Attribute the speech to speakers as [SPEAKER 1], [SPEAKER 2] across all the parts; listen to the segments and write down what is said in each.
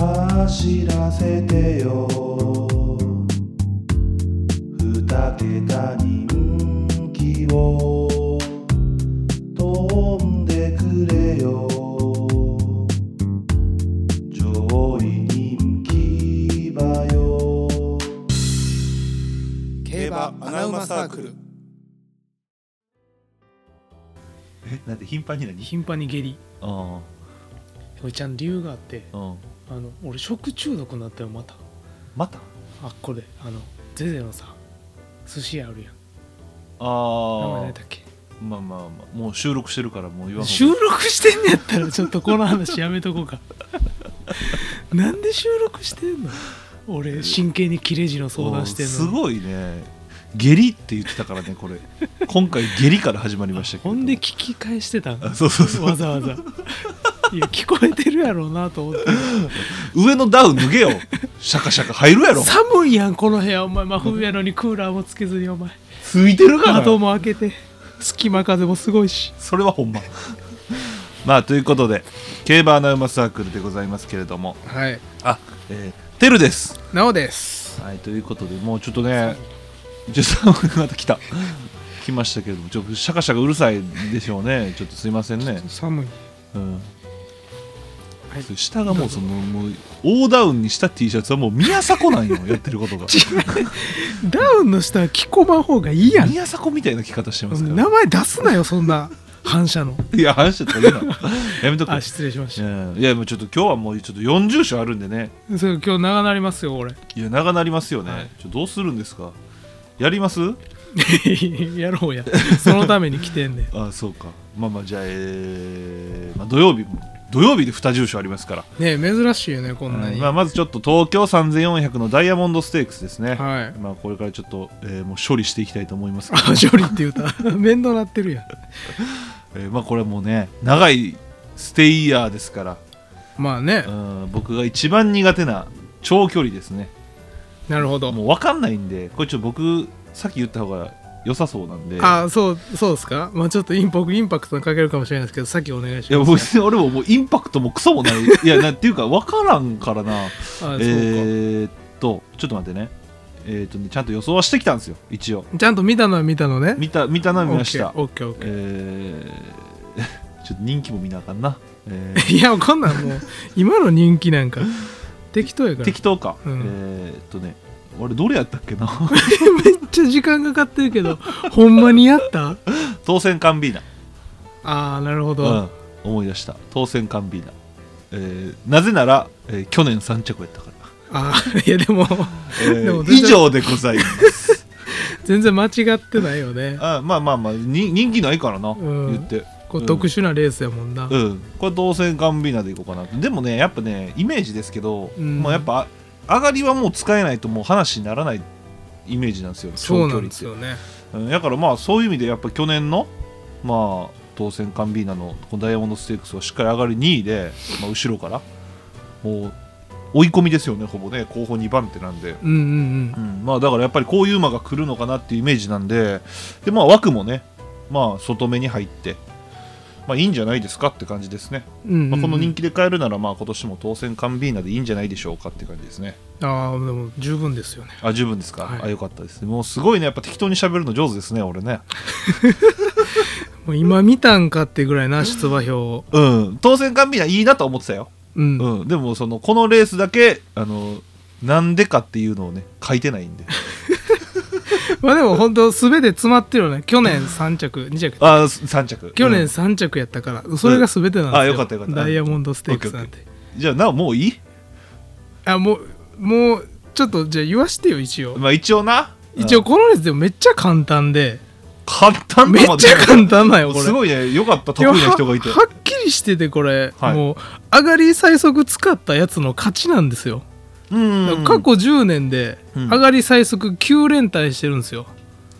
[SPEAKER 1] 走らせてよ二桁人気を飛んでくれよ上位人気馬よ
[SPEAKER 2] 競馬アナウマサークル
[SPEAKER 3] なんで頻繁に何
[SPEAKER 4] 頻繁に下痢
[SPEAKER 3] あ
[SPEAKER 4] これちゃん理由があって
[SPEAKER 3] あうん
[SPEAKER 4] あの俺食中毒になったよまた
[SPEAKER 3] また
[SPEAKER 4] あこれあのゼゼのさ寿司屋あるやん名前
[SPEAKER 3] あ
[SPEAKER 4] 何だっけ
[SPEAKER 3] あまあまあまあもう収録してるからもう言わん
[SPEAKER 4] 収録してんねやったらちょっとこの話やめとこうかなんで収録してんの俺真剣に切れ字の相談してん
[SPEAKER 3] る
[SPEAKER 4] の
[SPEAKER 3] すごいね下痢って言ってたからねこ れ今回下痢から始まりましたけど
[SPEAKER 4] ほんで聞き返してたん
[SPEAKER 3] あそうそうそう
[SPEAKER 4] わざわざいや聞こえてるやろうなと思って
[SPEAKER 3] 上のダウン脱げよシャカシャカ入るやろ
[SPEAKER 4] 寒いやんこの部屋お前真冬やのにクーラーもつけずにお前
[SPEAKER 3] ついてるから
[SPEAKER 4] 窓も開けて隙間風もすごいし
[SPEAKER 3] それはほんままあということで競馬アナウマサークルでございますけれども
[SPEAKER 2] はい
[SPEAKER 3] あえー、テルです
[SPEAKER 2] なおです
[SPEAKER 3] はいということでもうちょっとね13分また来た来ましたけれどもちょっとシャカシャカうるさいでしょうねちょっとすいませんね
[SPEAKER 4] 寒い
[SPEAKER 3] うん
[SPEAKER 4] はい
[SPEAKER 3] それ下がもうそのもう大ダウンにした T シャツはもう宮迫なんよやってること が
[SPEAKER 4] ダウンの下は着込まん方がいいやん
[SPEAKER 3] 宮迫みたいな着方してますから
[SPEAKER 4] 名前出すなよそんな反射の
[SPEAKER 3] いや話してたら言う なやめとく
[SPEAKER 4] あ失礼しまし
[SPEAKER 3] うんいやもうちょっと今日はもうちょっと40章あるんでね
[SPEAKER 4] たそれ今日長なりますよ俺
[SPEAKER 3] いや長なりますよね、
[SPEAKER 4] はい
[SPEAKER 3] ちょどうするんですかやります
[SPEAKER 4] やろうやそのために来てんねん
[SPEAKER 3] あそうかまあまあじゃあ、えーまあ、土曜日も土曜日で2重賞ありますから、
[SPEAKER 2] ねえ珍しいよねこんなに、
[SPEAKER 3] まあ、まずちょっと東京3400のダイヤモンドステークスですね、
[SPEAKER 2] はい
[SPEAKER 3] まあ、これからちょっと、えーもう処理していきたいと思いますけど
[SPEAKER 4] あジョリって言うた面倒なってるやん
[SPEAKER 3] えーまあこれはもうね長いステイヤーですから、
[SPEAKER 2] まあね
[SPEAKER 3] うん、僕が一番苦手な長距離ですね
[SPEAKER 2] なるほど
[SPEAKER 3] もう分かんないんでこれちょっと僕さっき言った方が良さそうなんで
[SPEAKER 2] あそうそうですかまあちょっとインパクインパクトにかけるかもしれないですけどさっきお願いし
[SPEAKER 3] いや
[SPEAKER 2] ます
[SPEAKER 3] 別に俺ももうインパクトもクソもないいやなっていうか分からんからな
[SPEAKER 2] あそ
[SPEAKER 3] え
[SPEAKER 2] うか、
[SPEAKER 3] ー、っとちょっと待ってねえーっとねちゃんと予想はしてきたんですよ一応
[SPEAKER 2] ちゃんと見たのは見たのね
[SPEAKER 3] 見た見たな見ました
[SPEAKER 2] オッケーオッケーオッケー
[SPEAKER 3] えー ちょっと人気も見なあかんな、 えー
[SPEAKER 2] いやこんなんもう今の人気なんか適当やから
[SPEAKER 3] 適当か、
[SPEAKER 2] うん
[SPEAKER 3] えーっとね俺どれやったっけな
[SPEAKER 2] めっちゃ時間かかってるけど ほんまにやった
[SPEAKER 3] 当選カンビーナ
[SPEAKER 2] ああなるほど、
[SPEAKER 3] うん、思い出した当選カンビーナ、えーなぜなら、えー去年3着やったから、
[SPEAKER 2] ああいやでも
[SPEAKER 3] えー
[SPEAKER 2] でも全
[SPEAKER 3] 以
[SPEAKER 2] 然
[SPEAKER 3] 上でございます
[SPEAKER 2] 全然間違ってないよね
[SPEAKER 3] あまあまあまあに人気ないからな、
[SPEAKER 2] ん
[SPEAKER 3] 言って
[SPEAKER 2] こ
[SPEAKER 3] う
[SPEAKER 2] うん特殊なレースやもんな、
[SPEAKER 3] うんこれ当選カンビーナでいこうかなでもねやっぱねイメージですけど、
[SPEAKER 2] うん
[SPEAKER 3] まあやっぱあ上がりはもう使えないともう話にならないイメージなんですよ
[SPEAKER 2] そう
[SPEAKER 3] 長距離
[SPEAKER 2] な
[SPEAKER 3] っ
[SPEAKER 2] んで
[SPEAKER 3] て
[SPEAKER 2] すよね
[SPEAKER 3] うんだからまあそういう意味でやっぱ去年のまあ当選カンビーナのこのダイヤモンドステークスはしっかり上がり2位で、まあ、後ろからもう追い込みですよねほぼね後方2番手なんで、
[SPEAKER 2] うんうん
[SPEAKER 3] うん、まあだからやっぱりこういう馬が来るのかなっていうイメージなんででまあ枠もねまあ外目に入ってまあいいんじゃないですかって感じですね、
[SPEAKER 2] うんうんうん、
[SPEAKER 3] まあ、この人気で買えるならまあ今年も当選カンビーナでいいんじゃないでしょうかって感じですね
[SPEAKER 2] ああでも十分ですよね
[SPEAKER 3] あ十分ですか、
[SPEAKER 2] はい
[SPEAKER 3] あよかったですもうすごいねやっぱ適当に喋るの上手ですね俺ね
[SPEAKER 2] もう今見たんかってぐらいな出馬表を
[SPEAKER 3] うん、当選官ビーナいいなと思ってたよ、
[SPEAKER 2] うん、
[SPEAKER 3] うんでもそのこのレースだけあのなんでかっていうのをね書いてないんで
[SPEAKER 2] まあでも本当全て詰まってるよね去年3着2着
[SPEAKER 3] あ3着
[SPEAKER 2] 去
[SPEAKER 3] う
[SPEAKER 2] 年
[SPEAKER 3] ん
[SPEAKER 2] 3着やったから、それが全てなんですよ、
[SPEAKER 3] あよかったよかった
[SPEAKER 2] ダイヤモンドステークスなんて
[SPEAKER 3] じゃあなおもういい、
[SPEAKER 2] あもうもうちょっとじゃあ言わしてよ一応
[SPEAKER 3] まあ、一応な
[SPEAKER 2] 一応
[SPEAKER 3] うん
[SPEAKER 2] このレースでもめっちゃ簡単で
[SPEAKER 3] 簡単
[SPEAKER 2] めっちゃ簡単なんよこれ
[SPEAKER 3] すごいねよかった得意な人がいて
[SPEAKER 2] やははっきりしててこれ、
[SPEAKER 3] はい
[SPEAKER 2] もう上がり最速使ったやつの勝ちなんですよ、
[SPEAKER 3] うん
[SPEAKER 2] 過去10年で
[SPEAKER 3] うん
[SPEAKER 2] 上がり最速9連帯してるんですよ、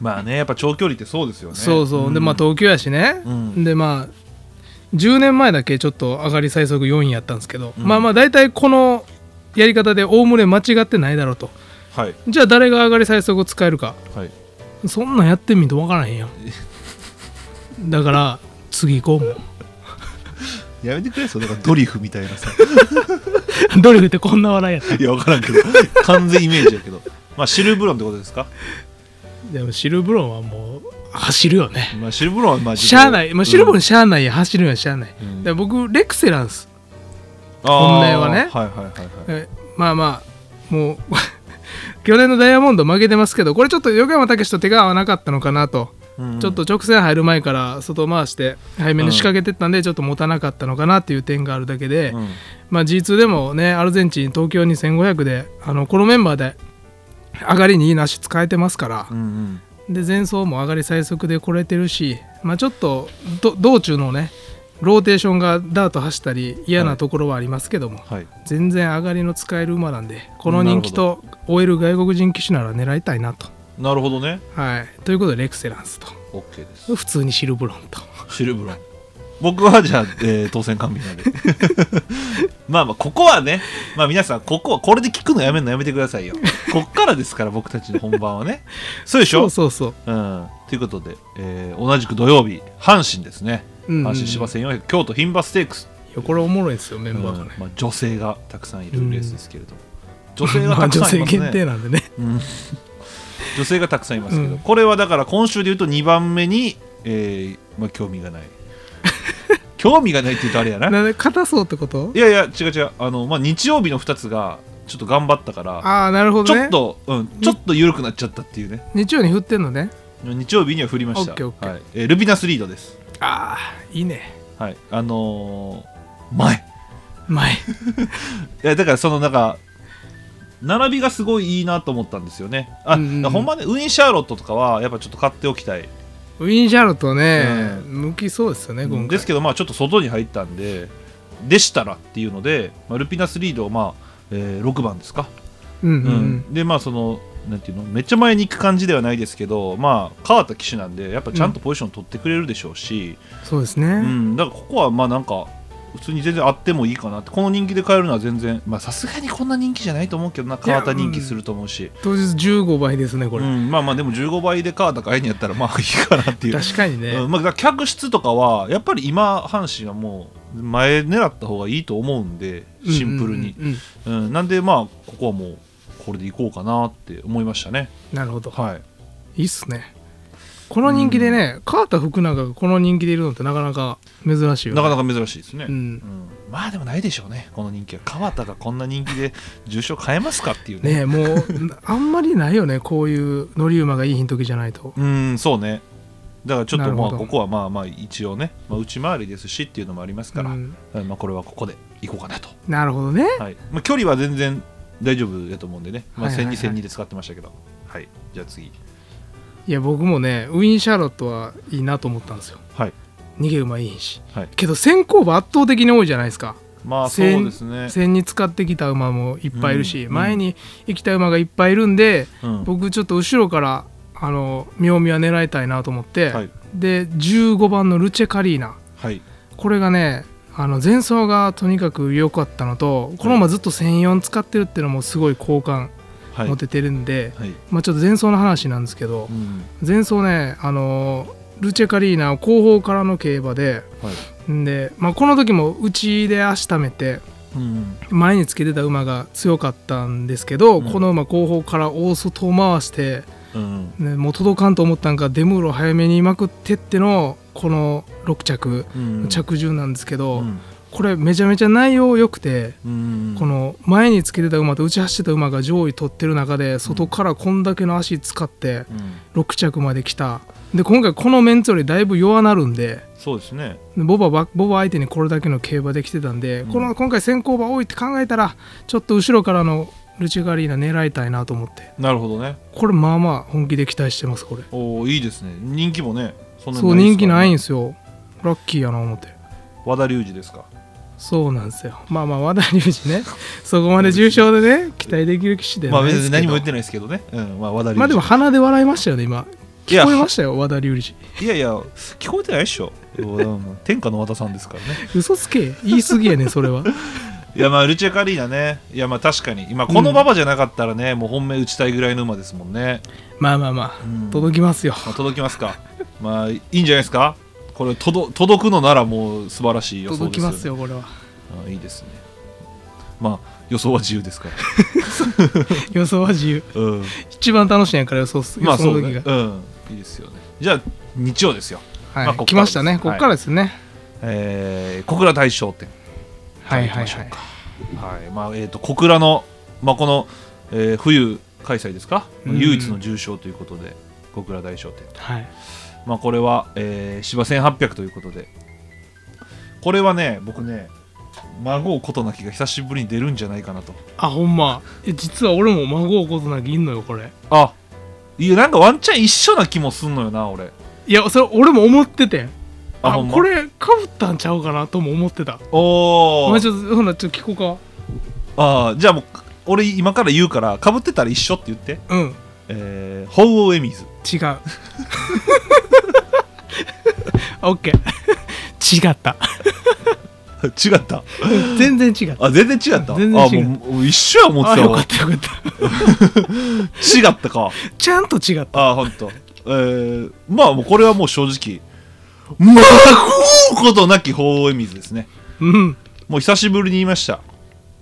[SPEAKER 3] まあねやっぱ長距離ってそうですよね
[SPEAKER 2] そうそう、で
[SPEAKER 3] ん
[SPEAKER 2] まあ東京やしね、
[SPEAKER 3] うん
[SPEAKER 2] でまあ10年前だけちょっと上がり最速4位やったんですけど、
[SPEAKER 3] うん
[SPEAKER 2] まあまあ大体このやり方でおおむね間違ってないだろうと
[SPEAKER 3] はい
[SPEAKER 2] じゃあ誰が上がり最速使えるか
[SPEAKER 3] はい
[SPEAKER 2] そんなんやってみんと分からへんやんだから次行こうもう
[SPEAKER 3] やめてくれそのなんかドリフみたいなさ
[SPEAKER 2] ドリフってこんな笑いやっ た
[SPEAKER 3] いや分からんけど完全イメージやけどまあシルブロンってことですか、
[SPEAKER 2] でもシルブロンはもう走るよね
[SPEAKER 3] まあ、シルブロンはまあ
[SPEAKER 2] しゃあない、まあ、シルブロン
[SPEAKER 3] し
[SPEAKER 2] しゃあないや走るんはしゃあない、
[SPEAKER 3] うん
[SPEAKER 2] だから僕レクセランス本命はね
[SPEAKER 3] はいはいはいはい
[SPEAKER 2] えまあまあもう 去年のダイヤモンド負けてますけどこれちょっと横山武史と手が合わなかったのかなと、
[SPEAKER 3] うんうん
[SPEAKER 2] ちょっと直線入る前から外回して背面に仕掛けてったんでちょっと持たなかったのかなっていう点があるだけで、
[SPEAKER 3] うん
[SPEAKER 2] まあ、G2 でもねアルゼンチン東京2500であのこのメンバーで上がりにいいなし使えてますから
[SPEAKER 3] う、んうん
[SPEAKER 2] で前走も上がり最速で来れてるし、まあ、ちょっとど道中のねローテーションがダート走ったり嫌なところはありますけども、
[SPEAKER 3] はい
[SPEAKER 2] 全然上がりの使える馬なんでこの
[SPEAKER 3] なるほ
[SPEAKER 2] 人
[SPEAKER 3] ど
[SPEAKER 2] 気と終える外国人騎手なら狙いたいなと。
[SPEAKER 3] なるほどね
[SPEAKER 2] はい、ということでレクセランスと
[SPEAKER 3] OK です
[SPEAKER 2] 普通にシルブロンと
[SPEAKER 3] シルブロン僕はじゃあ、えー当選完備なんで まあまあここはねまあ皆さんここはこれで聞くのやめるのやめてくださいよこっからですから僕たちの本番はねそうでし
[SPEAKER 2] そ
[SPEAKER 3] ょ
[SPEAKER 2] うそうそう
[SPEAKER 3] うん、ということで、えー同じく土曜日阪神ですね
[SPEAKER 2] うんうん
[SPEAKER 3] 阪神芝1400京都牝馬ステークス、
[SPEAKER 2] いやこれおもろいんですよメンバーが
[SPEAKER 3] うん
[SPEAKER 2] ね、
[SPEAKER 3] まあ、女性がたくさんいるレースですけれども、女性が
[SPEAKER 2] ま
[SPEAKER 3] た
[SPEAKER 2] あ
[SPEAKER 3] く
[SPEAKER 2] 女
[SPEAKER 3] さんいま
[SPEAKER 2] 性
[SPEAKER 3] すね
[SPEAKER 2] 限定なんでね
[SPEAKER 3] うん女性がたくさんいますけど、
[SPEAKER 2] うん
[SPEAKER 3] これはだから今週で言うと2番目に、えーまあ、興味が ない興味がないって言うとあれやな
[SPEAKER 2] なんで硬そうってこと
[SPEAKER 3] いやいや違う違うあの、まあ、日曜日の2つがちょっと頑張ったから
[SPEAKER 2] ああなるほ
[SPEAKER 3] ち
[SPEAKER 2] ど
[SPEAKER 3] ょ
[SPEAKER 2] ね
[SPEAKER 3] っと、うん、ちょっと緩くなっちゃったっていうね
[SPEAKER 2] 日曜に振ってんのね
[SPEAKER 3] 日曜日には振りました
[SPEAKER 2] オッケーオッケー
[SPEAKER 3] はいえールビナスリードです
[SPEAKER 2] ああいいね
[SPEAKER 3] はい、あのー前い
[SPEAKER 2] 前
[SPEAKER 3] やだからそのなんか並びがすごいいいなと思ったんですよねあ、
[SPEAKER 2] うんうん
[SPEAKER 3] だからほんまねウィン・シャーロットとかはやっぱちょっと買っておきたい、
[SPEAKER 2] ウィンシャーロットね、
[SPEAKER 3] う
[SPEAKER 2] 向きそうですよね、今回。
[SPEAKER 3] ですけどまあちょっと外に入ったんででしたらっていうので、まあ、ルピナスリードをまあ、えー6番ですか、
[SPEAKER 2] うんうんう
[SPEAKER 3] うん
[SPEAKER 2] ん。
[SPEAKER 3] でまあそのなんていうのめっちゃ前に行く感じではないですけどまあ川田騎手なんでやっぱちゃんとポジション取ってくれるでしょうし、
[SPEAKER 2] そうです
[SPEAKER 3] う
[SPEAKER 2] ね。
[SPEAKER 3] ん、だからここはまあなんか普通に全然あってもいいかなってこの人気で買えるのは全然まあさすがにこんな人気じゃないと思うけどな川田人気すると思うし、
[SPEAKER 2] 当日15倍ですね、こ
[SPEAKER 3] う
[SPEAKER 2] れ。
[SPEAKER 3] ん、まあまあでも15倍で川田買えにやったらまあい いかなっていう
[SPEAKER 2] 確かにね。
[SPEAKER 3] うんまあ、だから客室とかはやっぱり今阪神はもう前狙った方がいいと思うんでシンプルに、
[SPEAKER 2] うんうんうんうん
[SPEAKER 3] うんなんでまあここはもうこれでいこうかなって思いましたね
[SPEAKER 2] なるほど。
[SPEAKER 3] はい
[SPEAKER 2] いいっすね。この人気でね、川田福永がこの人気でいるのってなかなか珍しいよ、ね。
[SPEAKER 3] なかなか珍しいですね、
[SPEAKER 2] う。
[SPEAKER 3] うんんまあでもないでしょうねこの人気は川田がこんな人気で重賞買えますかっていうね
[SPEAKER 2] ねえもう、 あんまりないよね、こういう乗り馬がいいヒント時じゃないと。
[SPEAKER 3] うんそうねだからちょっ
[SPEAKER 2] な
[SPEAKER 3] と
[SPEAKER 2] るほ
[SPEAKER 3] まあ
[SPEAKER 2] ど
[SPEAKER 3] ここはまあまあ一応ね、まあ、内回りですしっていうのもありますから、
[SPEAKER 2] うん
[SPEAKER 3] うんまあ、これはここで行こうかなと、
[SPEAKER 2] なるほどね。
[SPEAKER 3] はいまあ、距離は全然大丈夫だと思うんでね、まあ、
[SPEAKER 2] はいはい
[SPEAKER 3] 1
[SPEAKER 2] はい
[SPEAKER 3] 2 0 2で使ってましたけどはいじゃあ次
[SPEAKER 2] いや、僕もね、ウィン・シャーロットはいいなと思ったんですよ。
[SPEAKER 3] はい
[SPEAKER 2] 逃げ馬いいし。
[SPEAKER 3] はい
[SPEAKER 2] けど、先行馬圧倒的に多いじゃないですか。
[SPEAKER 3] まあそう
[SPEAKER 2] 千
[SPEAKER 3] ですね、
[SPEAKER 2] 線に使ってきた馬もいっぱいいるし、
[SPEAKER 3] うん
[SPEAKER 2] 前に行きたい馬がいっぱいいるんで、
[SPEAKER 3] うん、
[SPEAKER 2] 僕ちょっと後ろからあの妙味は狙いたいなと思って、
[SPEAKER 3] はい
[SPEAKER 2] で15番のルチェカリーナ
[SPEAKER 3] はい
[SPEAKER 2] これがねあの前走がとにかく良かったのとこの馬ずっと1004使ってるっていうのもすごい好感
[SPEAKER 3] はい
[SPEAKER 2] 持ててるんで、
[SPEAKER 3] はい
[SPEAKER 2] まあ、ちょっと前走の話なんですけど
[SPEAKER 3] う、ん
[SPEAKER 2] 前走ねあのルチェカリーナを後方からの競馬で
[SPEAKER 3] はい
[SPEAKER 2] んで、まあ、この時も内で足ためて
[SPEAKER 3] うん
[SPEAKER 2] 前につけてた馬が強かったんですけど、
[SPEAKER 3] うん
[SPEAKER 2] この馬後方から大外を回して、
[SPEAKER 3] うん
[SPEAKER 2] ね、もう届かんと思ったんかデムーロ早めにまくってってのこの6着、
[SPEAKER 3] うん
[SPEAKER 2] 着順なんですけど、
[SPEAKER 3] うん
[SPEAKER 2] これめちゃめちゃ内容良くて、
[SPEAKER 3] うん
[SPEAKER 2] この前につけてた馬と打ち走ってた馬が上位取ってる中で外からこんだけの足使って
[SPEAKER 3] うん
[SPEAKER 2] 6着まで来たで今回このメンツよりだいぶ弱なるんで。
[SPEAKER 3] そうですね
[SPEAKER 2] ボバばボバ相手にこれだけの競馬できてたんで、
[SPEAKER 3] うん
[SPEAKER 2] この今回先行馬多いって考えたらちょっと後ろからのルチガリーナ狙いたいなと思って
[SPEAKER 3] なるほどね
[SPEAKER 2] これまあまあ本気で期待してますこれ
[SPEAKER 3] おーいいですね人気もねそんな
[SPEAKER 2] そう人気ないんですすよラッキーやな思って
[SPEAKER 3] 和田龍二ですか
[SPEAKER 2] そうなんですよまあまあ和田龍二ね そこまで重傷でね期待できる騎士で
[SPEAKER 3] ま
[SPEAKER 2] は
[SPEAKER 3] あ
[SPEAKER 2] ない
[SPEAKER 3] 別
[SPEAKER 2] ですけ
[SPEAKER 3] に何
[SPEAKER 2] ど、
[SPEAKER 3] も言ってないですけどね、うんまあ、和田龍二
[SPEAKER 2] まあでも鼻で笑いましたよね今
[SPEAKER 3] いや
[SPEAKER 2] 聞こえましたよ和田龍二
[SPEAKER 3] いやいや聞こえてないでしょうん天下の和田さんですからね
[SPEAKER 2] 嘘つけ言い過ぎやねそれは
[SPEAKER 3] いやまあルチェカリーナねいやまあ確かに今この馬場じゃなかったらね、もう本命打ちたいぐらいの馬ですもんね、
[SPEAKER 2] まあまあまあ、
[SPEAKER 3] うん
[SPEAKER 2] 届きますよ
[SPEAKER 3] まあ、届きますかまあいいんじゃないですかこれ届届くのならもう素晴らしい予想です
[SPEAKER 2] 届きますよこれは
[SPEAKER 3] あいいですねまあ予想は自由ですから
[SPEAKER 2] 予想は自由
[SPEAKER 3] うん
[SPEAKER 2] 一番楽しいんやから予想す予
[SPEAKER 3] まあ
[SPEAKER 2] 想
[SPEAKER 3] そう
[SPEAKER 2] の時
[SPEAKER 3] ね
[SPEAKER 2] が、
[SPEAKER 3] うん、いいですよねじゃあ日曜ですよ、
[SPEAKER 2] はい
[SPEAKER 3] まあこっから
[SPEAKER 2] 来ました
[SPEAKER 3] で
[SPEAKER 2] ね
[SPEAKER 3] す
[SPEAKER 2] ここからですね、
[SPEAKER 3] えー、小倉大賞店
[SPEAKER 2] はい、はい
[SPEAKER 3] 行きまし
[SPEAKER 2] はいは
[SPEAKER 3] ょう
[SPEAKER 2] い
[SPEAKER 3] かはいまあえー、と小倉の、まあ、この、えー冬開催ですか、
[SPEAKER 2] うん
[SPEAKER 3] 唯一の重賞ということで小倉大賞店
[SPEAKER 4] はい
[SPEAKER 3] まあこれは、えー、芝1800ということでこれはね僕ね孫うことなきが久しぶりに出るんじゃないかなと
[SPEAKER 2] あほんまえ実は俺も孫をことなきいんのよこれ
[SPEAKER 3] あいやなんかワンチャン一緒な気もすんのよな俺
[SPEAKER 2] いやそれ俺も思っててんあ
[SPEAKER 3] ほんま
[SPEAKER 2] これかぶったんちゃうかなとも思ってた
[SPEAKER 3] お
[SPEAKER 2] お
[SPEAKER 3] お
[SPEAKER 2] 前ちょっとほなちょっと聞こ
[SPEAKER 3] ああじゃあもう俺今から言うからかぶってたら一緒って言って
[SPEAKER 2] う かうん
[SPEAKER 3] えー、鳳凰エミズ
[SPEAKER 2] 違うオッケー
[SPEAKER 4] 違った
[SPEAKER 3] 違った
[SPEAKER 2] 全然違う
[SPEAKER 3] あ全然違った
[SPEAKER 2] 全然違う
[SPEAKER 3] あもうもう一緒や思って
[SPEAKER 4] あ
[SPEAKER 3] た
[SPEAKER 4] よ
[SPEAKER 3] わ
[SPEAKER 4] かったよかった
[SPEAKER 3] 違ったか
[SPEAKER 4] ちゃんと違った
[SPEAKER 3] あ本当。えー、まあもうこれはもう正直まあこうことなき鳳凰エミズですね
[SPEAKER 2] うん
[SPEAKER 3] もう久しぶりに言いました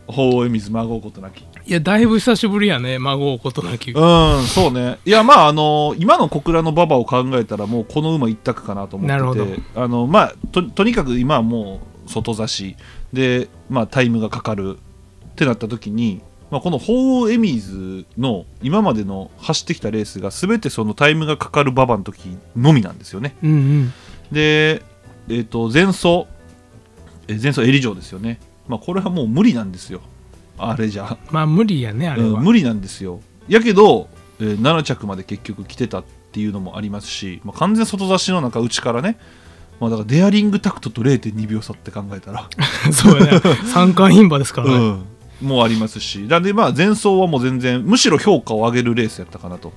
[SPEAKER 3] 鳳凰エミズ孫うことなき
[SPEAKER 2] いやだいぶ久しぶりやね孫をことなき
[SPEAKER 3] うんそうねいやまああの今の小倉の馬場を考えたらもうこの馬一択かなと思ってて
[SPEAKER 2] なるほど
[SPEAKER 3] あのまあととにかく今はもう外差しで、まあ、タイムがかかるってなった時に、まあ、この鳳凰エミーズの今までの走ってきたレースが全てそのタイムがかかる馬場の時のみなんですよね
[SPEAKER 2] うんうん
[SPEAKER 3] で、えっと前走え前走エリジョですよね、まあ、これはもう無理なんですよあれじゃ
[SPEAKER 2] まあ無理やねあれは、
[SPEAKER 3] うん無理なんですよやけど、えー7着まで結局来てたっていうのもありますし、まあ、完全外差しの中内からね、まあ、だからデアリングタクトと0.2秒差って考えたら、
[SPEAKER 2] そうやね三冠牝馬ですからね、
[SPEAKER 3] うんもうありますしなんでまあ前走はもう全然むしろ評価を上げるレースやったかなと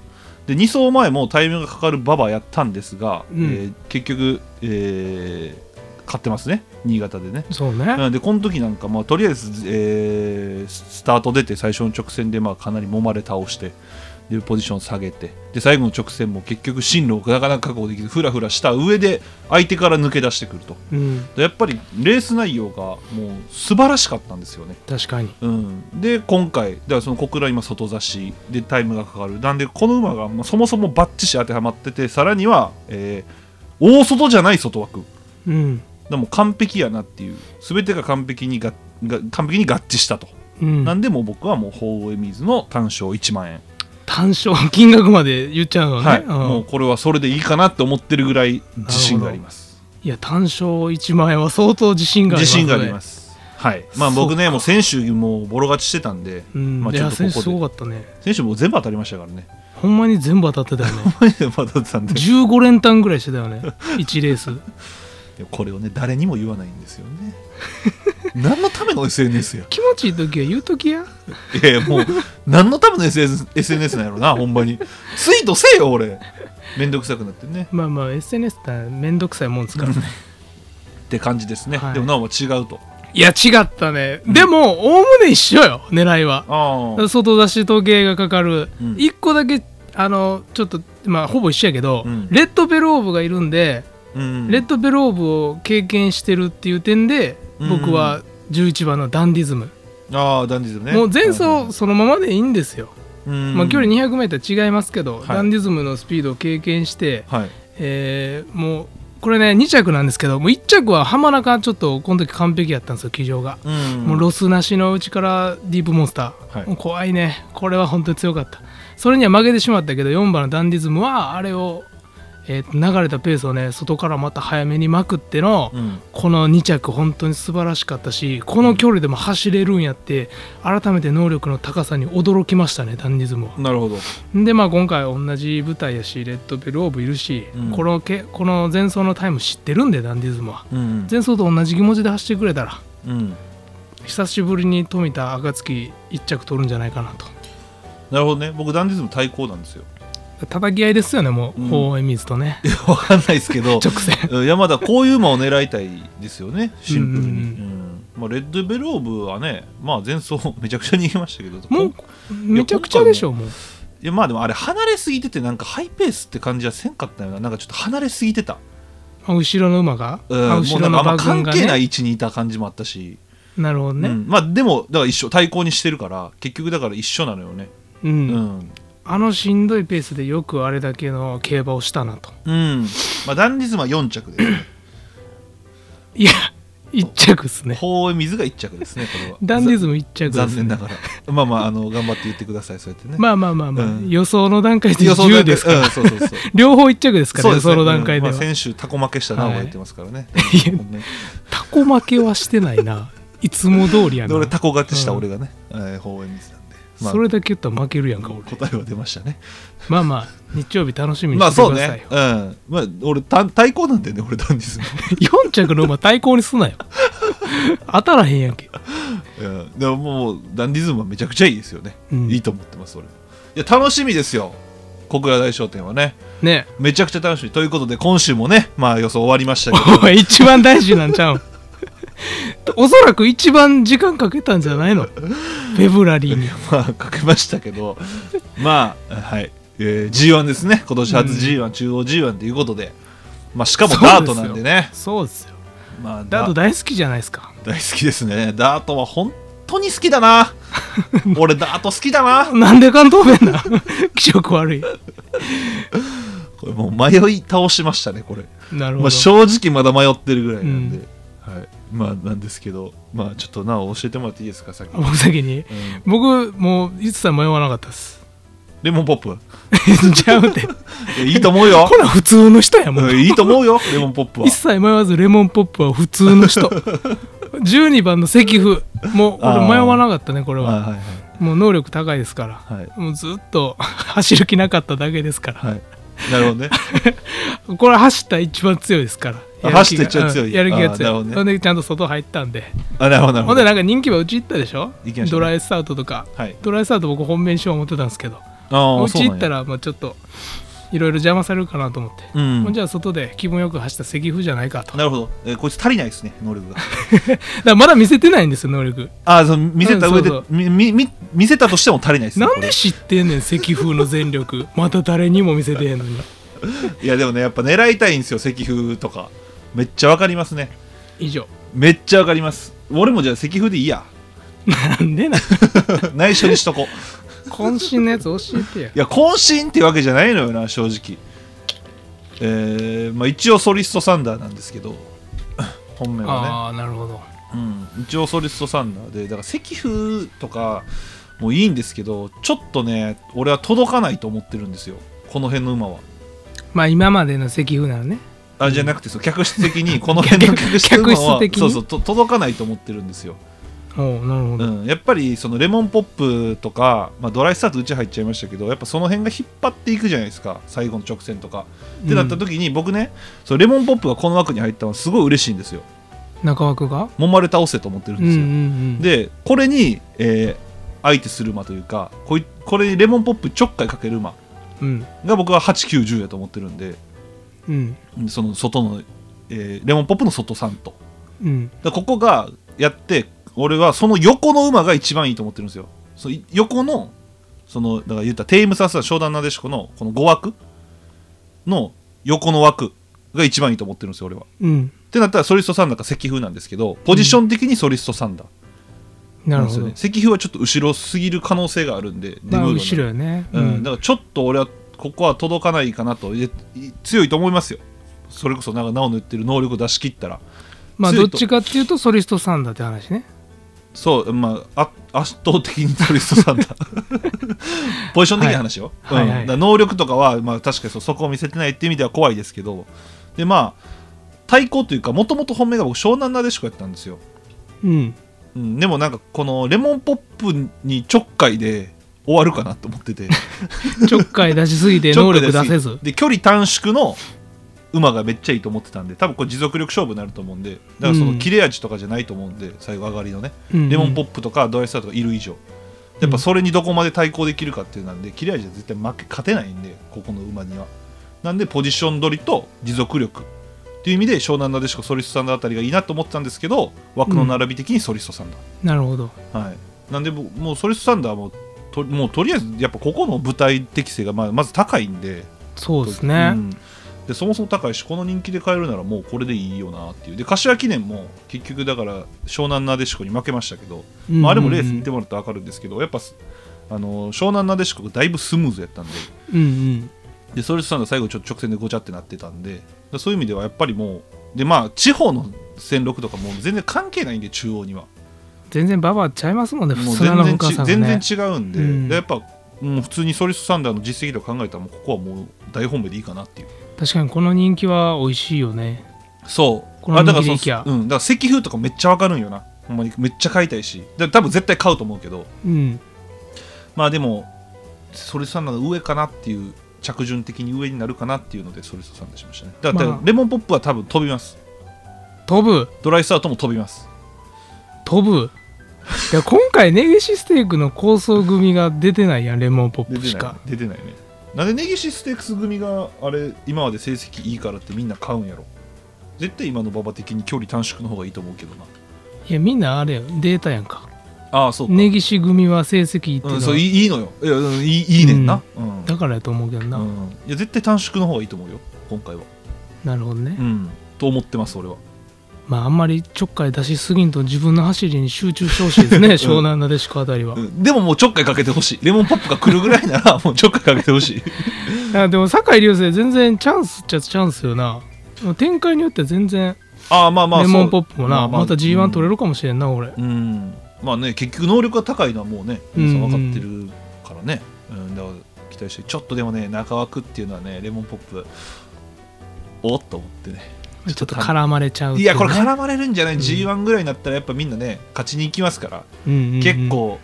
[SPEAKER 3] で2走前もタイムがかかる馬場やったんですが、
[SPEAKER 2] うん
[SPEAKER 3] えー結局、えー勝ってますね新潟でね
[SPEAKER 2] そうね、
[SPEAKER 3] なのでこの時なんか、まあ、とりあえず、えースタート出て最初の直線で、まあ、かなり揉まれ倒してでポジション下げてで最後の直線も結局進路をなかなか確保できずふらふらした上で相手から抜け出してくると
[SPEAKER 2] うん
[SPEAKER 3] でやっぱりレース内容がもう素晴らしかったんですよね。
[SPEAKER 2] 確かに
[SPEAKER 3] うん、で今回だからその小倉今外差しでタイムがかかるなんでこの馬が、まあ、そもそもバッチシ当てはまっててさらには、えー大外じゃない外枠
[SPEAKER 2] うん
[SPEAKER 3] でもう完璧やなっていう全てが完璧にがが完璧に合致したと、
[SPEAKER 2] うん
[SPEAKER 3] なんでもう僕はもう鳳凰エミーズの単勝1万円、
[SPEAKER 2] 単勝金額まで言っちゃうのね、
[SPEAKER 3] はい
[SPEAKER 2] うん
[SPEAKER 3] もうこれはそれでいいかなって思ってるぐらい自信があります
[SPEAKER 2] いや単勝1万円は相当自信があり
[SPEAKER 3] 自
[SPEAKER 2] ます、ね、
[SPEAKER 3] 信がありますはいまあ
[SPEAKER 2] そうか
[SPEAKER 3] 僕ねもう先週もうボロ勝ちしてたんで、
[SPEAKER 2] うん、
[SPEAKER 3] まあ
[SPEAKER 2] い
[SPEAKER 3] ちょ
[SPEAKER 2] や
[SPEAKER 3] っとこ
[SPEAKER 2] 選手す
[SPEAKER 3] こ
[SPEAKER 2] ご
[SPEAKER 3] で
[SPEAKER 2] かったね
[SPEAKER 3] 先週もう全部当たりましたからね
[SPEAKER 2] ほんまに全部当たってたよね
[SPEAKER 3] 前で当たってたんで
[SPEAKER 2] 15連単ぐらいしてたよね1レース
[SPEAKER 3] でもこれをね誰にも言わないんですよね何のための SNS や
[SPEAKER 2] 気持ちいい時は言う時や
[SPEAKER 3] いやいやもう何のための SNS, SNS なんやろなほんまにツイートせえよ俺めんどくさくなってね
[SPEAKER 2] まあまあ SNS ってめんどくさいもんですからね
[SPEAKER 3] って感じですね、
[SPEAKER 2] はい
[SPEAKER 3] でもなおも違うと
[SPEAKER 2] いや違ったねでもおおむね一緒よ狙いは
[SPEAKER 3] ああ
[SPEAKER 2] 外出し時計がかかる、
[SPEAKER 3] うん
[SPEAKER 2] 一個だけあのちょっとまあほぼ一緒やけど、
[SPEAKER 3] うん
[SPEAKER 2] レッドベローブがいるんで、
[SPEAKER 3] うん
[SPEAKER 2] レッドベローブを経験してるっていう点で、
[SPEAKER 3] うん
[SPEAKER 2] 僕は11番のダンディズム、
[SPEAKER 3] ああダンディズムね
[SPEAKER 2] もう前走そのままでいいんですよ、
[SPEAKER 3] うん
[SPEAKER 2] まあ、距離 200m 違いますけど、
[SPEAKER 3] い
[SPEAKER 2] ダンディズムのスピードを経験して、
[SPEAKER 3] はい
[SPEAKER 2] えーもうこれね2着なんですけどもう1着は浜中ちょっとこの時完璧やったんですよ騎乗が。
[SPEAKER 3] うん
[SPEAKER 2] もうロスなしのうちからディープモンスター、
[SPEAKER 3] はい
[SPEAKER 2] もう怖いねこれは本当に強かったそれには負けてしまったけど4番のダンディズムはあれを、えー流れたペースをね外からまた早めにまくっての、
[SPEAKER 3] うん
[SPEAKER 2] この2着本当に素晴らしかったしこの距離でも走れるんやって改めて能力の高さに驚きましたねダンディズムは。
[SPEAKER 3] なるほど
[SPEAKER 2] でまあ今回同じ舞台やしレッドベルオーブいるし、
[SPEAKER 3] うん
[SPEAKER 2] このけこの前走のタイム知ってるんでダンディズムは。
[SPEAKER 3] うん
[SPEAKER 2] 前走と同じ気持ちで走ってくれたら
[SPEAKER 3] うん
[SPEAKER 2] 久しぶりに富田暁一着取るんじゃないかなと
[SPEAKER 3] なるほどね僕ダンディズム対抗なん ですよ
[SPEAKER 2] 叩き合いですよねもう
[SPEAKER 3] うん
[SPEAKER 2] 大江水と ね、
[SPEAKER 3] わかんないですけど
[SPEAKER 2] 直線
[SPEAKER 3] うん山田こういう馬を狙いたいですよねシンプルに、
[SPEAKER 2] う
[SPEAKER 3] う
[SPEAKER 2] ん
[SPEAKER 3] んまあ、レッドベローブはね、まあ、前走めちゃくちゃ逃げましたけど
[SPEAKER 2] もう
[SPEAKER 3] こ
[SPEAKER 2] めちゃくちゃでしょもう
[SPEAKER 3] いやまあでもあれ離れすぎててなんかハイペースって感じはせんかったよななんかちょっと離れすぎてた
[SPEAKER 2] ああ後ろの馬が、
[SPEAKER 3] うん
[SPEAKER 2] あ
[SPEAKER 3] も
[SPEAKER 2] 後
[SPEAKER 3] うなんか
[SPEAKER 2] ろの
[SPEAKER 3] あんま
[SPEAKER 2] 馬
[SPEAKER 3] 関
[SPEAKER 2] 群が
[SPEAKER 3] 係な
[SPEAKER 2] ね
[SPEAKER 3] い位置にいた感じもあったし、
[SPEAKER 2] なるほど
[SPEAKER 3] う
[SPEAKER 2] ね、
[SPEAKER 3] んまあでもだから一緒対抗にしてるから結局だから一緒なのよね
[SPEAKER 2] うん
[SPEAKER 3] うん、
[SPEAKER 2] あのしんどいペースでよくあれだけの競馬をしたなと
[SPEAKER 3] うんまあ、ダンディズムは4着です ね
[SPEAKER 2] いや 一着っすね
[SPEAKER 3] 法水が1着ですねこれは
[SPEAKER 2] ダンディズム一着
[SPEAKER 3] ざ
[SPEAKER 2] で
[SPEAKER 3] 残
[SPEAKER 2] す、
[SPEAKER 3] 念
[SPEAKER 2] ね、
[SPEAKER 3] ながら まあまああの頑張って言ってくださいそうやってね
[SPEAKER 2] まあまあまあまあ、
[SPEAKER 3] うん
[SPEAKER 2] 予想の段階で
[SPEAKER 3] 予想
[SPEAKER 2] 10ですから、
[SPEAKER 3] うん、そうそうそう
[SPEAKER 2] 両方一着ですから
[SPEAKER 3] そう
[SPEAKER 2] 予
[SPEAKER 3] ですね
[SPEAKER 2] 想の段階では、
[SPEAKER 3] うんまあ、先週タコ負けしたなおが言ってますからね、
[SPEAKER 2] い
[SPEAKER 3] もうね
[SPEAKER 2] タコ負けはしてないないつも通りや
[SPEAKER 3] で
[SPEAKER 2] な、
[SPEAKER 3] 俺タコ勝ちした
[SPEAKER 2] うん
[SPEAKER 3] 俺がね、えー、法水なんで、まあ、
[SPEAKER 2] それだけ言ったら負けるやんか俺
[SPEAKER 3] 答えは出ましたね
[SPEAKER 2] まあまあ日曜日楽しみに
[SPEAKER 3] まあ
[SPEAKER 2] してて
[SPEAKER 3] そう
[SPEAKER 2] ください
[SPEAKER 3] ね
[SPEAKER 2] よ、、
[SPEAKER 3] うん、まあ俺た対抗なんだよね俺ダンディ ズム
[SPEAKER 2] 4着の馬対抗にすなよ当たらへんやんけ
[SPEAKER 3] うんでももうダンディズムはめちゃくちゃいいですよね、
[SPEAKER 2] うん
[SPEAKER 3] いいと思ってます俺いや楽しみですよ小倉大商店はね
[SPEAKER 2] ね
[SPEAKER 3] めちゃくちゃ楽しみということで今週もねまあ予想終わりましたけど
[SPEAKER 2] おい一番大事なんちゃうんおそらく一番時間かけたんじゃないのフェブラリーに
[SPEAKER 3] まあかけましたけどまあはい、えー、G1 ですね今年初 G1、中央 G1 ということでまあしかもダートなんでね
[SPEAKER 2] そうですよ
[SPEAKER 3] まあ
[SPEAKER 2] ダート
[SPEAKER 3] ダ
[SPEAKER 2] 大好きじゃないですか
[SPEAKER 3] 大好きですねダートは本当に好きだ な俺ダート好きだな
[SPEAKER 2] なんで関東弁な気色悪い
[SPEAKER 3] これもう迷い倒しましたねこれ
[SPEAKER 2] なるほど、
[SPEAKER 3] まあ、正直まだ迷ってるぐらいなんで、
[SPEAKER 2] うん
[SPEAKER 3] はい、まあなんですけどまあちょっとなお教えてもらっていいですか先に、うん
[SPEAKER 2] 僕先に僕もう一切迷わなかったです
[SPEAKER 3] レモンポップ
[SPEAKER 2] ちゃうて
[SPEAKER 3] いやいいと思うよ
[SPEAKER 2] これは普通の人やも
[SPEAKER 3] うんんいいと思うよレモンポップは
[SPEAKER 2] 一切迷わずレモンポップは普通 の人12番の赤譜もうこれ
[SPEAKER 3] あー
[SPEAKER 2] 迷わなかったねこれは
[SPEAKER 3] はいはい
[SPEAKER 2] もう能力高いですから
[SPEAKER 3] はい
[SPEAKER 2] もうずっと 走る気なかっただけですから
[SPEAKER 3] はい、はい、なるほどね
[SPEAKER 2] これ走ったら一番強いですから
[SPEAKER 3] あ
[SPEAKER 2] やる気
[SPEAKER 3] 走った
[SPEAKER 2] が
[SPEAKER 3] 一番強い
[SPEAKER 2] うんやる気が
[SPEAKER 3] あーなる
[SPEAKER 2] 強
[SPEAKER 3] ほ
[SPEAKER 2] い
[SPEAKER 3] どね
[SPEAKER 2] ほんでちゃんと外入ったんで
[SPEAKER 3] あなるほどなる
[SPEAKER 2] ほ
[SPEAKER 3] ほ
[SPEAKER 2] んで
[SPEAKER 3] ど
[SPEAKER 2] なんか人気馬うち行ったでしょ
[SPEAKER 3] 行きましたね
[SPEAKER 2] ドライスタートとか
[SPEAKER 3] はい
[SPEAKER 2] ドライスタート僕本命にしよう思ってたんですけど
[SPEAKER 3] あ
[SPEAKER 2] う
[SPEAKER 3] あ
[SPEAKER 2] ち行った
[SPEAKER 3] ら
[SPEAKER 2] らまあちょっといろいろ邪魔されるかなと思って
[SPEAKER 3] う
[SPEAKER 2] ほ
[SPEAKER 3] ん
[SPEAKER 2] んじゃあ外で気分よく走った赤譜じゃないかと
[SPEAKER 3] なるほど、えーこいつ足りないですね能力が
[SPEAKER 2] だからまだ見せてないんですよ能力
[SPEAKER 3] ああその見せた上で、
[SPEAKER 2] うんそう
[SPEAKER 3] みみみ見せたとしても足りないですね
[SPEAKER 2] なん
[SPEAKER 3] これ
[SPEAKER 2] で知ってんねん赤風の全力 また誰にも見せてへんのに
[SPEAKER 3] いやでもねやっぱ狙いたいんですよ赤風とかめっちゃわかりますね
[SPEAKER 2] 以上
[SPEAKER 3] めっちゃわかります俺もじゃあ赤風でいいや
[SPEAKER 2] なんでな
[SPEAKER 3] 内緒にしとこう
[SPEAKER 2] 渾身のやつ教えてや
[SPEAKER 3] いや渾身ってわけじゃないのよな正直えーまあ、一応ソリストサンダーなんですけど 本名は
[SPEAKER 2] ああなるほど
[SPEAKER 3] ね、うん、一応ソリストサンダーでだから赤風とかもいいんですけどちょっとね俺は届かないと思ってるんですよこの辺の馬は
[SPEAKER 2] まあ今までの赤風ならね
[SPEAKER 3] あじゃなくてそう客室的にこの辺の客室馬は
[SPEAKER 2] 客室的に
[SPEAKER 3] そうそうと届かないと思ってるんですよ、
[SPEAKER 2] おおなるほど、
[SPEAKER 3] うん、やっぱりそのレモンポップとか、まあ、ドライスタートうち入っちゃいましたけどやっぱその辺が引っ張っていくじゃないですか最後の直線とかってなった時に僕ねそのレモンポップがこの枠に入ったのはすごい嬉しいんですよ
[SPEAKER 2] 中枠が
[SPEAKER 3] もまれ倒せと思ってるん
[SPEAKER 2] うん
[SPEAKER 3] で
[SPEAKER 2] う
[SPEAKER 3] すよ、
[SPEAKER 2] んうん
[SPEAKER 3] でこれに、えー相手する馬というかこいこれにレモンポップちょっかいかける馬
[SPEAKER 2] うん
[SPEAKER 3] が僕は8910やと思ってるんで
[SPEAKER 2] うん
[SPEAKER 3] その外の、えーレモンポップの外3と
[SPEAKER 2] うん
[SPEAKER 3] だからここがやって俺はその横の馬が一番いいと思ってるんですよそのい横のそのだから言ったらテイムサスは商談なでしこのこの5枠の横の枠が一番いいと思ってるんですよ俺は
[SPEAKER 2] うん
[SPEAKER 3] ってなったらソリストサンダーか石風なんですけどポジション的にソリストサンダー
[SPEAKER 2] な
[SPEAKER 3] な
[SPEAKER 2] る
[SPEAKER 3] んで
[SPEAKER 2] ほ
[SPEAKER 3] すよ
[SPEAKER 2] ど、
[SPEAKER 3] ね、石風はちょっと後ろすぎる可能性があるんでデ
[SPEAKER 2] まあ
[SPEAKER 3] ムーロの
[SPEAKER 2] 後ろよね
[SPEAKER 3] う、
[SPEAKER 2] うんん
[SPEAKER 3] だからちょっと俺はここは届かないかなといい強いと思いますよそれこそなんかなおの言ってる能力を出し切ったら
[SPEAKER 2] まあ
[SPEAKER 3] 強
[SPEAKER 2] ど
[SPEAKER 3] い
[SPEAKER 2] っ
[SPEAKER 3] と
[SPEAKER 2] ちかっていうとソリストサンダーって話ね
[SPEAKER 3] そうまああ圧倒的にソリスト サンダーポジション的な話よ、
[SPEAKER 2] はいはいはい
[SPEAKER 3] うん、だから能力とかは、まあ、確かにそうそこを見せてないっていう意味では怖いですけどでまあ対抗というかもともと本命が僕湘南なでしこやったんですよ
[SPEAKER 2] うん
[SPEAKER 3] うん、でもなんかこのレモンポップにちょっかいで終わるかなと思って て
[SPEAKER 2] ちょっかい出しすぎて
[SPEAKER 3] ちょ
[SPEAKER 2] 能
[SPEAKER 3] っかい
[SPEAKER 2] 力出
[SPEAKER 3] し
[SPEAKER 2] せず
[SPEAKER 3] で距離短縮の馬がめっちゃいいと思ってたんで多分これ持続力勝負になると思うんでだからその
[SPEAKER 2] うん
[SPEAKER 3] 切れ味とかじゃないと思うんで、最後上がりのね
[SPEAKER 2] レ
[SPEAKER 3] レモンポップとかドライスターとかいる以上やっぱそれにどこまで対抗できるかっていうなんで切れ味は絶対負け勝てないんでここの馬にはなんでポジション取りと持続力っていう意味で湘南なでしこソリストさんのあたりがいいなと思ってたんですけど枠の並び的にソリストさんだ、
[SPEAKER 2] なるほど
[SPEAKER 3] はい、なんでももうソリストサンダーもともうとりあえずやっぱここの舞台適性がまあまず高いんで
[SPEAKER 2] そうです
[SPEAKER 3] う
[SPEAKER 2] ね
[SPEAKER 3] んでそもそも高いしこの人気で買えるならもうこれでいいよなっていうで柏記念も結局だから湘南なでしこに負けましたけど、
[SPEAKER 2] うんうんうん
[SPEAKER 3] まあ、あれもレース見てもらったら分かるんですけどやっぱすあの湘南なでしこがだいぶスムーズやったんで
[SPEAKER 2] うんうん
[SPEAKER 3] でそれさんが最後ちょっと直線でごちゃってなってたんででそういう意味ではやっぱりもうでまあ地方の戦力とかもう全然関係ないんで中央には
[SPEAKER 2] 全然ババアちゃいますもんね
[SPEAKER 3] も
[SPEAKER 2] 普
[SPEAKER 3] う
[SPEAKER 2] 通
[SPEAKER 3] 全
[SPEAKER 2] の文
[SPEAKER 3] 然
[SPEAKER 2] 化
[SPEAKER 3] ち
[SPEAKER 2] さんが
[SPEAKER 3] 全然
[SPEAKER 2] ね
[SPEAKER 3] 違うんで,、
[SPEAKER 2] うん
[SPEAKER 3] でやっぱもう普通にソリスサンダーの実績とか考えたらもうここはもう大本命でいいかなっていう
[SPEAKER 2] 確かにこの人気は美味しいよね
[SPEAKER 3] そう
[SPEAKER 2] この
[SPEAKER 3] あだから
[SPEAKER 2] 人気でいき
[SPEAKER 3] そ
[SPEAKER 2] ゃ
[SPEAKER 3] のうんだから石風とかめっちゃわかるんよなほんまにめっちゃ買いたいしで多分絶対買うと思うけど
[SPEAKER 2] うん
[SPEAKER 3] まあでもソリスサンダーの上かなっていう着順的に上になるかなっていうのでソリスサンダーしましたねだから、
[SPEAKER 2] まあ
[SPEAKER 3] レモンポップは多分飛びます
[SPEAKER 2] 飛ぶ
[SPEAKER 3] ドライスタートも飛びます
[SPEAKER 2] 飛ぶ いや今回ネギシステークの構想組が出てないやんレモンポッ
[SPEAKER 3] 出
[SPEAKER 2] プして
[SPEAKER 3] ない
[SPEAKER 2] か
[SPEAKER 3] 出てないねなんでネギシステークス組があれ今まで成績いいからってみんな買うんやろ絶対今の馬場的に距離短縮の方がいいと思うけどない
[SPEAKER 2] やみんなあれよデータやんか
[SPEAKER 3] ああそうか、
[SPEAKER 2] ネギシ組は成績いいっ
[SPEAKER 3] う
[SPEAKER 2] ていうのは
[SPEAKER 3] ん、そういいいいのよいやうんいいいいねんな、うん
[SPEAKER 2] だからやと思うけどな、
[SPEAKER 3] うんいや絶対短縮の方がいいと思うよ今回は
[SPEAKER 2] なるほどね、
[SPEAKER 3] うんと思ってます俺は
[SPEAKER 2] まああんまりちょっかい出しすぎんと自分の走りに集中してほしいですね湘南なでしこあたりは、
[SPEAKER 3] うんでももうちょっかいかけてほしいレモンポップが来るぐらいな らもうちょっかいかけてほしい
[SPEAKER 2] あでも酒井流星全然チャンスっちゃチャンスよな展開によっては全然
[SPEAKER 3] ああまあまあ
[SPEAKER 2] レ
[SPEAKER 3] そう
[SPEAKER 2] モンポップもな、また G1 取れ
[SPEAKER 3] る
[SPEAKER 2] るかもしれんな、俺
[SPEAKER 3] うん、うんまあね結局能力が高いのはもうね皆さん分かってるからね、うん、だから期待してちょっとでもね中枠っていうのはねレモンポップおっと思ってね
[SPEAKER 2] ちょっと絡まれちゃうって
[SPEAKER 3] いうやこれ
[SPEAKER 2] ね
[SPEAKER 3] 絡まれるんじゃない、G1 ぐらいになったらやっぱみんなね勝ちに行きますから
[SPEAKER 2] うんうんうん
[SPEAKER 3] 結構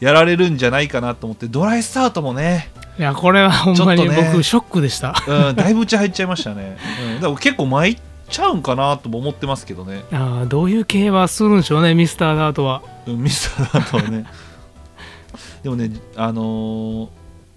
[SPEAKER 3] やられるんじゃないかなと思ってドライスタートもね、
[SPEAKER 2] いやこれはほんまに
[SPEAKER 3] ちょっとね
[SPEAKER 2] 僕ショックでした
[SPEAKER 3] うん、だいぶうち入っちゃいましたね、うん、だから結構参っちゃうんかなとも思ってますけどね、
[SPEAKER 2] あーどういう系はするんでしょうねミスターダートは
[SPEAKER 3] うん、ミスターダートはね でもねあのー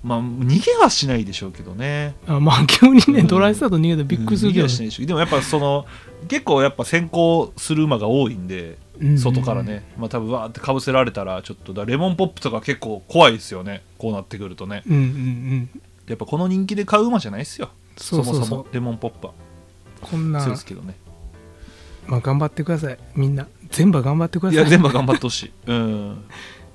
[SPEAKER 3] まあ逃げはしないでしょうけどね
[SPEAKER 2] あまあ急にね、
[SPEAKER 3] うん
[SPEAKER 2] ドライスタート逃げたらびっくりする
[SPEAKER 3] うん逃
[SPEAKER 2] け
[SPEAKER 3] げ
[SPEAKER 2] ど
[SPEAKER 3] はしない
[SPEAKER 2] ね、
[SPEAKER 3] でしょでもやっぱその結構やっぱ先行する馬が多いんで
[SPEAKER 2] うんうん
[SPEAKER 3] 外からね、まあ多分わーってかぶせられたらちょっとだレモンポップとか結構怖いですよねこうなってくるとね
[SPEAKER 2] うんうんうん
[SPEAKER 3] やっぱこの人気で買う馬じゃないですよ
[SPEAKER 2] そうそうそう
[SPEAKER 3] もそもレモンポップは
[SPEAKER 2] こんな
[SPEAKER 3] 強いで
[SPEAKER 2] ん
[SPEAKER 3] すけどね
[SPEAKER 2] まあ頑張ってくださいみんな全部頑張ってくだ
[SPEAKER 3] い
[SPEAKER 2] さ
[SPEAKER 3] や
[SPEAKER 2] いいや
[SPEAKER 3] 全部頑張ってほしいうん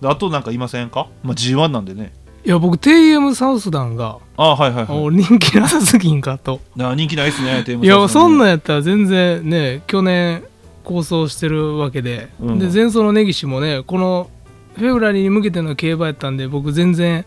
[SPEAKER 3] であとなんかいませんか、まあ、G1 なんでね
[SPEAKER 2] 僕 TM サウス団が、
[SPEAKER 3] あはいはい
[SPEAKER 2] あ
[SPEAKER 3] はい
[SPEAKER 2] 俺人気なさすぎんかと
[SPEAKER 3] な人気ないっすねテーマ
[SPEAKER 2] いやそんなん
[SPEAKER 3] ん
[SPEAKER 2] やったら全然ね去年構想してるわけで、
[SPEAKER 3] うん
[SPEAKER 2] で前走の根岸もねこのフェブラリーに向けての競馬やったんで僕全然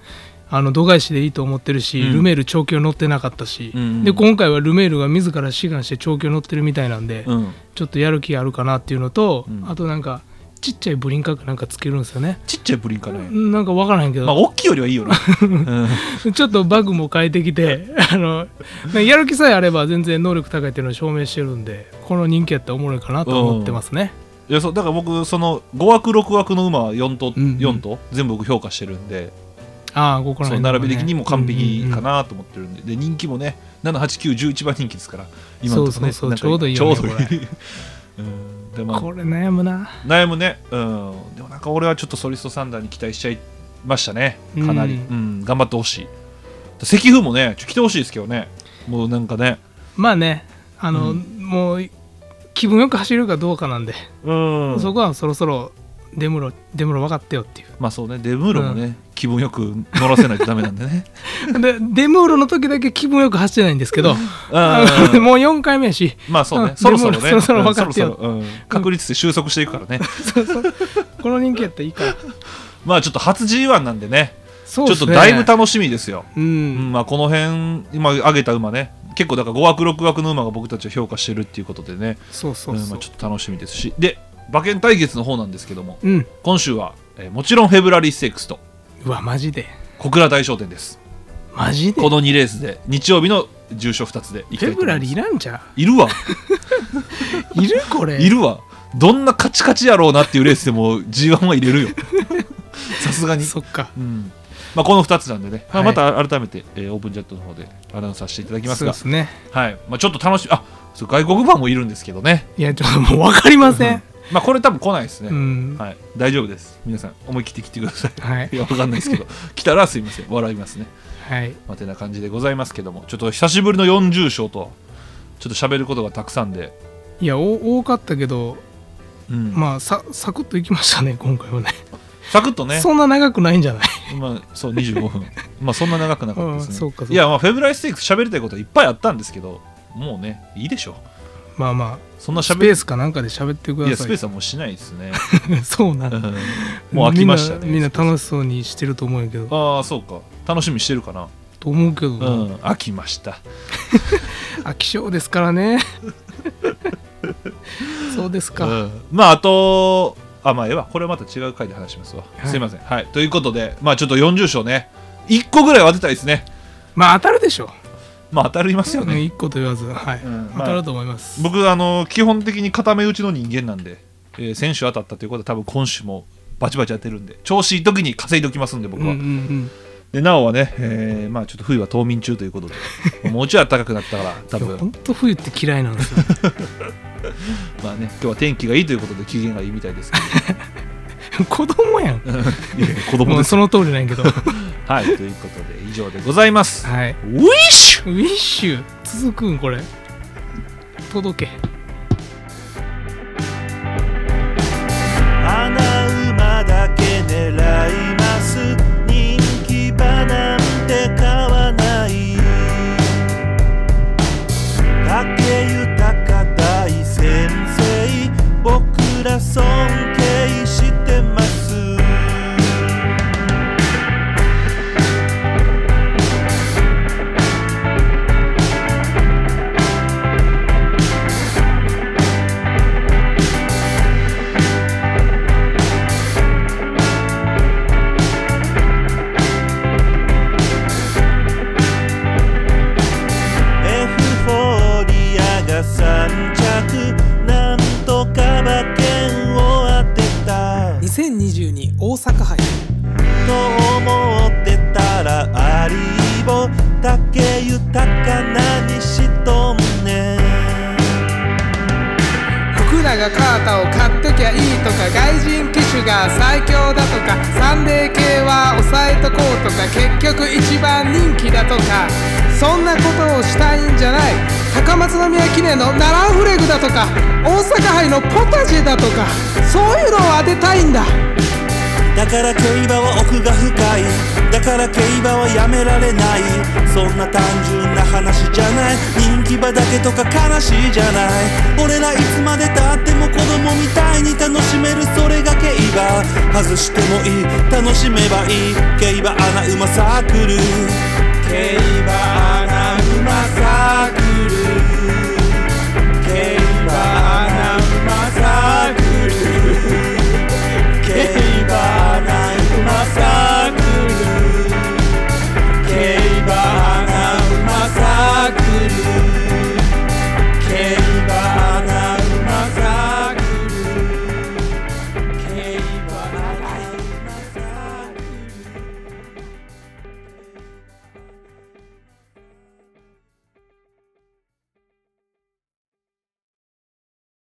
[SPEAKER 2] あの度外視でいいと思ってるし、
[SPEAKER 3] うん
[SPEAKER 2] ルメール長距離乗ってなかったし、
[SPEAKER 3] うん
[SPEAKER 2] で今回はルメールが自ら志願して長距離乗ってるみたいなんで、
[SPEAKER 3] うん
[SPEAKER 2] ちょっとやる気あるかなっていうのと、
[SPEAKER 3] うん
[SPEAKER 2] あとなんかちっちゃいブリンカーかなんかつけるんですよね、
[SPEAKER 3] ちっちゃいブリンカね、
[SPEAKER 2] なんかわからへんけど、
[SPEAKER 3] まあ大きいよりはいいよな、うん
[SPEAKER 2] ちょっとバグも変えてきて あのやる気さえあれば全然能力高いっていうのを証明してるんでこの人気やったらおもろいかなと思ってますね、
[SPEAKER 3] いやそうだから僕その5枠6枠の馬4頭
[SPEAKER 2] うんうん
[SPEAKER 3] 4頭全部僕評価してるんで、
[SPEAKER 2] ああここら
[SPEAKER 3] その
[SPEAKER 2] 辺、
[SPEAKER 3] 並び的にも完璧かなと思ってるんで,、で人気もね78911番人気ですから今のとこね
[SPEAKER 2] そうそうそう
[SPEAKER 3] なんか
[SPEAKER 2] ちょうどいいよ
[SPEAKER 3] ち
[SPEAKER 2] ね
[SPEAKER 3] ょうどい
[SPEAKER 2] こ
[SPEAKER 3] い うんでまあ
[SPEAKER 2] これ悩むな
[SPEAKER 3] 悩むね、うん、でもなんか俺はちょっとソリストサンダーに期待しちゃいましたねかなり、う
[SPEAKER 2] うんん
[SPEAKER 3] 頑張ってほしい石風もねちょっと来てほしいですけどねもうなんかね
[SPEAKER 2] まあねあの、
[SPEAKER 3] う
[SPEAKER 2] もう気分よく走れるかどうかなんで、
[SPEAKER 3] うん
[SPEAKER 2] そこはそろそろデムロデムロ分かってよっていう
[SPEAKER 3] まあそうねデブーロもね、気分よく乗らせないとダメなんで ね
[SPEAKER 2] でデムーロの時だけ気分よく走ってないんですけど
[SPEAKER 3] うん
[SPEAKER 2] あの もう4回目やし
[SPEAKER 3] まあそうね
[SPEAKER 2] うん
[SPEAKER 3] そろそろね
[SPEAKER 2] デブーロ そろそろ分かってよ
[SPEAKER 3] うんそろそろうん確率で収束していくからね、
[SPEAKER 2] この人気やったらいいから
[SPEAKER 3] まあちょっと初 G1 なんでね
[SPEAKER 2] そう
[SPEAKER 3] ちょ
[SPEAKER 2] で
[SPEAKER 3] っと
[SPEAKER 2] すね
[SPEAKER 3] だいぶ楽しみですよ、
[SPEAKER 2] う
[SPEAKER 3] うんんまあ、この辺今上げた馬ね結構だから5枠6枠の馬が僕たちを評価してるっていうことでね
[SPEAKER 2] そうそう
[SPEAKER 3] うんま
[SPEAKER 2] そ
[SPEAKER 3] あ、
[SPEAKER 2] う
[SPEAKER 3] ちょっと楽しみですしで馬券対決の方なんですけども
[SPEAKER 2] うん
[SPEAKER 3] 今週は、えーもちろんフェブラリーステークスと
[SPEAKER 2] うわマジで
[SPEAKER 3] 小倉大商店です
[SPEAKER 2] マジで
[SPEAKER 3] この2レースで日曜日の重賞2つでいきた
[SPEAKER 2] フ
[SPEAKER 3] い
[SPEAKER 2] ェ
[SPEAKER 3] と思
[SPEAKER 2] ブ
[SPEAKER 3] い
[SPEAKER 2] ラ
[SPEAKER 3] ま
[SPEAKER 2] リ
[SPEAKER 3] す
[SPEAKER 2] ーいらんじゃん
[SPEAKER 3] いるわ
[SPEAKER 2] いるこれ
[SPEAKER 3] いるわどんなカチカチやろうなっていうレースで も G1 は入れるよさすがに、
[SPEAKER 2] そっか
[SPEAKER 3] うんまあ、この2つなんでね、まあ、
[SPEAKER 2] は
[SPEAKER 3] ま
[SPEAKER 2] い
[SPEAKER 3] た改めて、えーオープンチャットの方でアナウンスさせていただきます
[SPEAKER 2] そう
[SPEAKER 3] が
[SPEAKER 2] ですね
[SPEAKER 3] はいまあ、ちょっと楽しみあそう外国版もいるんですけどね、
[SPEAKER 2] いやちょっともう分かりません
[SPEAKER 3] まあ、これ多分来ないですね、
[SPEAKER 2] うん
[SPEAKER 3] はい、大丈夫です皆さん思い切って来てください
[SPEAKER 2] はい
[SPEAKER 3] いや、わかんないです けど、来たらすいません、笑いますね。
[SPEAKER 2] はい
[SPEAKER 3] まあ、てな感じでございますけども、ちょっと久しぶりの40勝とちょっと喋ることがたくさんで、
[SPEAKER 2] いやお多かったけど
[SPEAKER 3] うん
[SPEAKER 2] まあさサクッといきましたね今回はね
[SPEAKER 3] サクッとね
[SPEAKER 2] そんな長くないんじゃない
[SPEAKER 3] まあ、そう25分まあそんな長くなかったです
[SPEAKER 2] うん
[SPEAKER 3] ね
[SPEAKER 2] そうかそうか
[SPEAKER 3] いやまあフェブライステークス喋りたいことはいっぱいあったんですけどもうねいいでしょ
[SPEAKER 2] まあま
[SPEAKER 3] そんな
[SPEAKER 2] あス
[SPEAKER 3] 喋
[SPEAKER 2] ペ
[SPEAKER 3] り
[SPEAKER 2] ースかなんかで喋ってく
[SPEAKER 3] いや
[SPEAKER 2] だ
[SPEAKER 3] ス
[SPEAKER 2] さ
[SPEAKER 3] ペー
[SPEAKER 2] い
[SPEAKER 3] スはもうしないです ね
[SPEAKER 2] そう
[SPEAKER 3] う
[SPEAKER 2] な
[SPEAKER 3] んんもう飽きましたね
[SPEAKER 2] みんなみんな楽しそうにしてると思うんやけど
[SPEAKER 3] ああそうか楽しみにしてるかな
[SPEAKER 2] と思うけど
[SPEAKER 3] う
[SPEAKER 2] な、
[SPEAKER 3] ん飽きました
[SPEAKER 2] 飽き性ですから ねそうですか、
[SPEAKER 3] うんまああとあまあええわこれはまた違う回で話しますわ、
[SPEAKER 2] はい
[SPEAKER 3] すいませんはいということでまあちょっと40章ね1個ぐらいは当てたいですね
[SPEAKER 2] まあ当たるでしょ
[SPEAKER 3] まあ当たりますよね、
[SPEAKER 2] 1個と言わず、はい
[SPEAKER 3] うんまあ
[SPEAKER 2] 当たると思います、
[SPEAKER 3] 僕あの基本的に固め打ちの人間なんで、えー先週当たったということは多分今週もバチバチ当てるんで調子いい時に稼いでおきますんで僕
[SPEAKER 2] うん
[SPEAKER 3] は、
[SPEAKER 2] うんうん
[SPEAKER 3] でなおはね、えーまあちょっと冬は冬眠中ということでもうちょい暖かくなった から多
[SPEAKER 2] いやほ
[SPEAKER 3] 分
[SPEAKER 2] んと冬って嫌いなんですよ
[SPEAKER 3] まあね今日は天気がいいということで機嫌がいいみたいですけ
[SPEAKER 2] 子供やん
[SPEAKER 3] ど いやいや子供
[SPEAKER 2] も
[SPEAKER 3] で
[SPEAKER 2] う
[SPEAKER 3] す
[SPEAKER 2] その通りなんやけどは
[SPEAKER 3] はいということで以上でございます、
[SPEAKER 2] い
[SPEAKER 3] ウィッシュ
[SPEAKER 2] ウィッシュ続くんこれ届け
[SPEAKER 1] 穴馬だけ狙います人気馬なんて買わない竹豊大先生僕ら尊敬してますエフフォーリアが3着なんとか馬券を当てた
[SPEAKER 4] 2022大阪杯
[SPEAKER 1] と思ってたらアリーボ竹豊かなにしとんねん
[SPEAKER 4] 福永カータを買っときゃいいとか外人機種が最強だとかサンデー系は抑えとこうとか結局一番人気だとかそんなことをしたいんじゃない高松宮記念のナランフレグだとか大阪杯のポタジェだとかそういうのを当てたいんだ
[SPEAKER 1] だから競馬は奥が深いだから競馬はやめられないそんな単純な話じゃない人気馬だけとか悲しいじゃない俺らいつまでたっても子供みたいに楽しめるそれが競馬外してもいい楽しめばいい競馬アナウマサークル競馬アナウマサ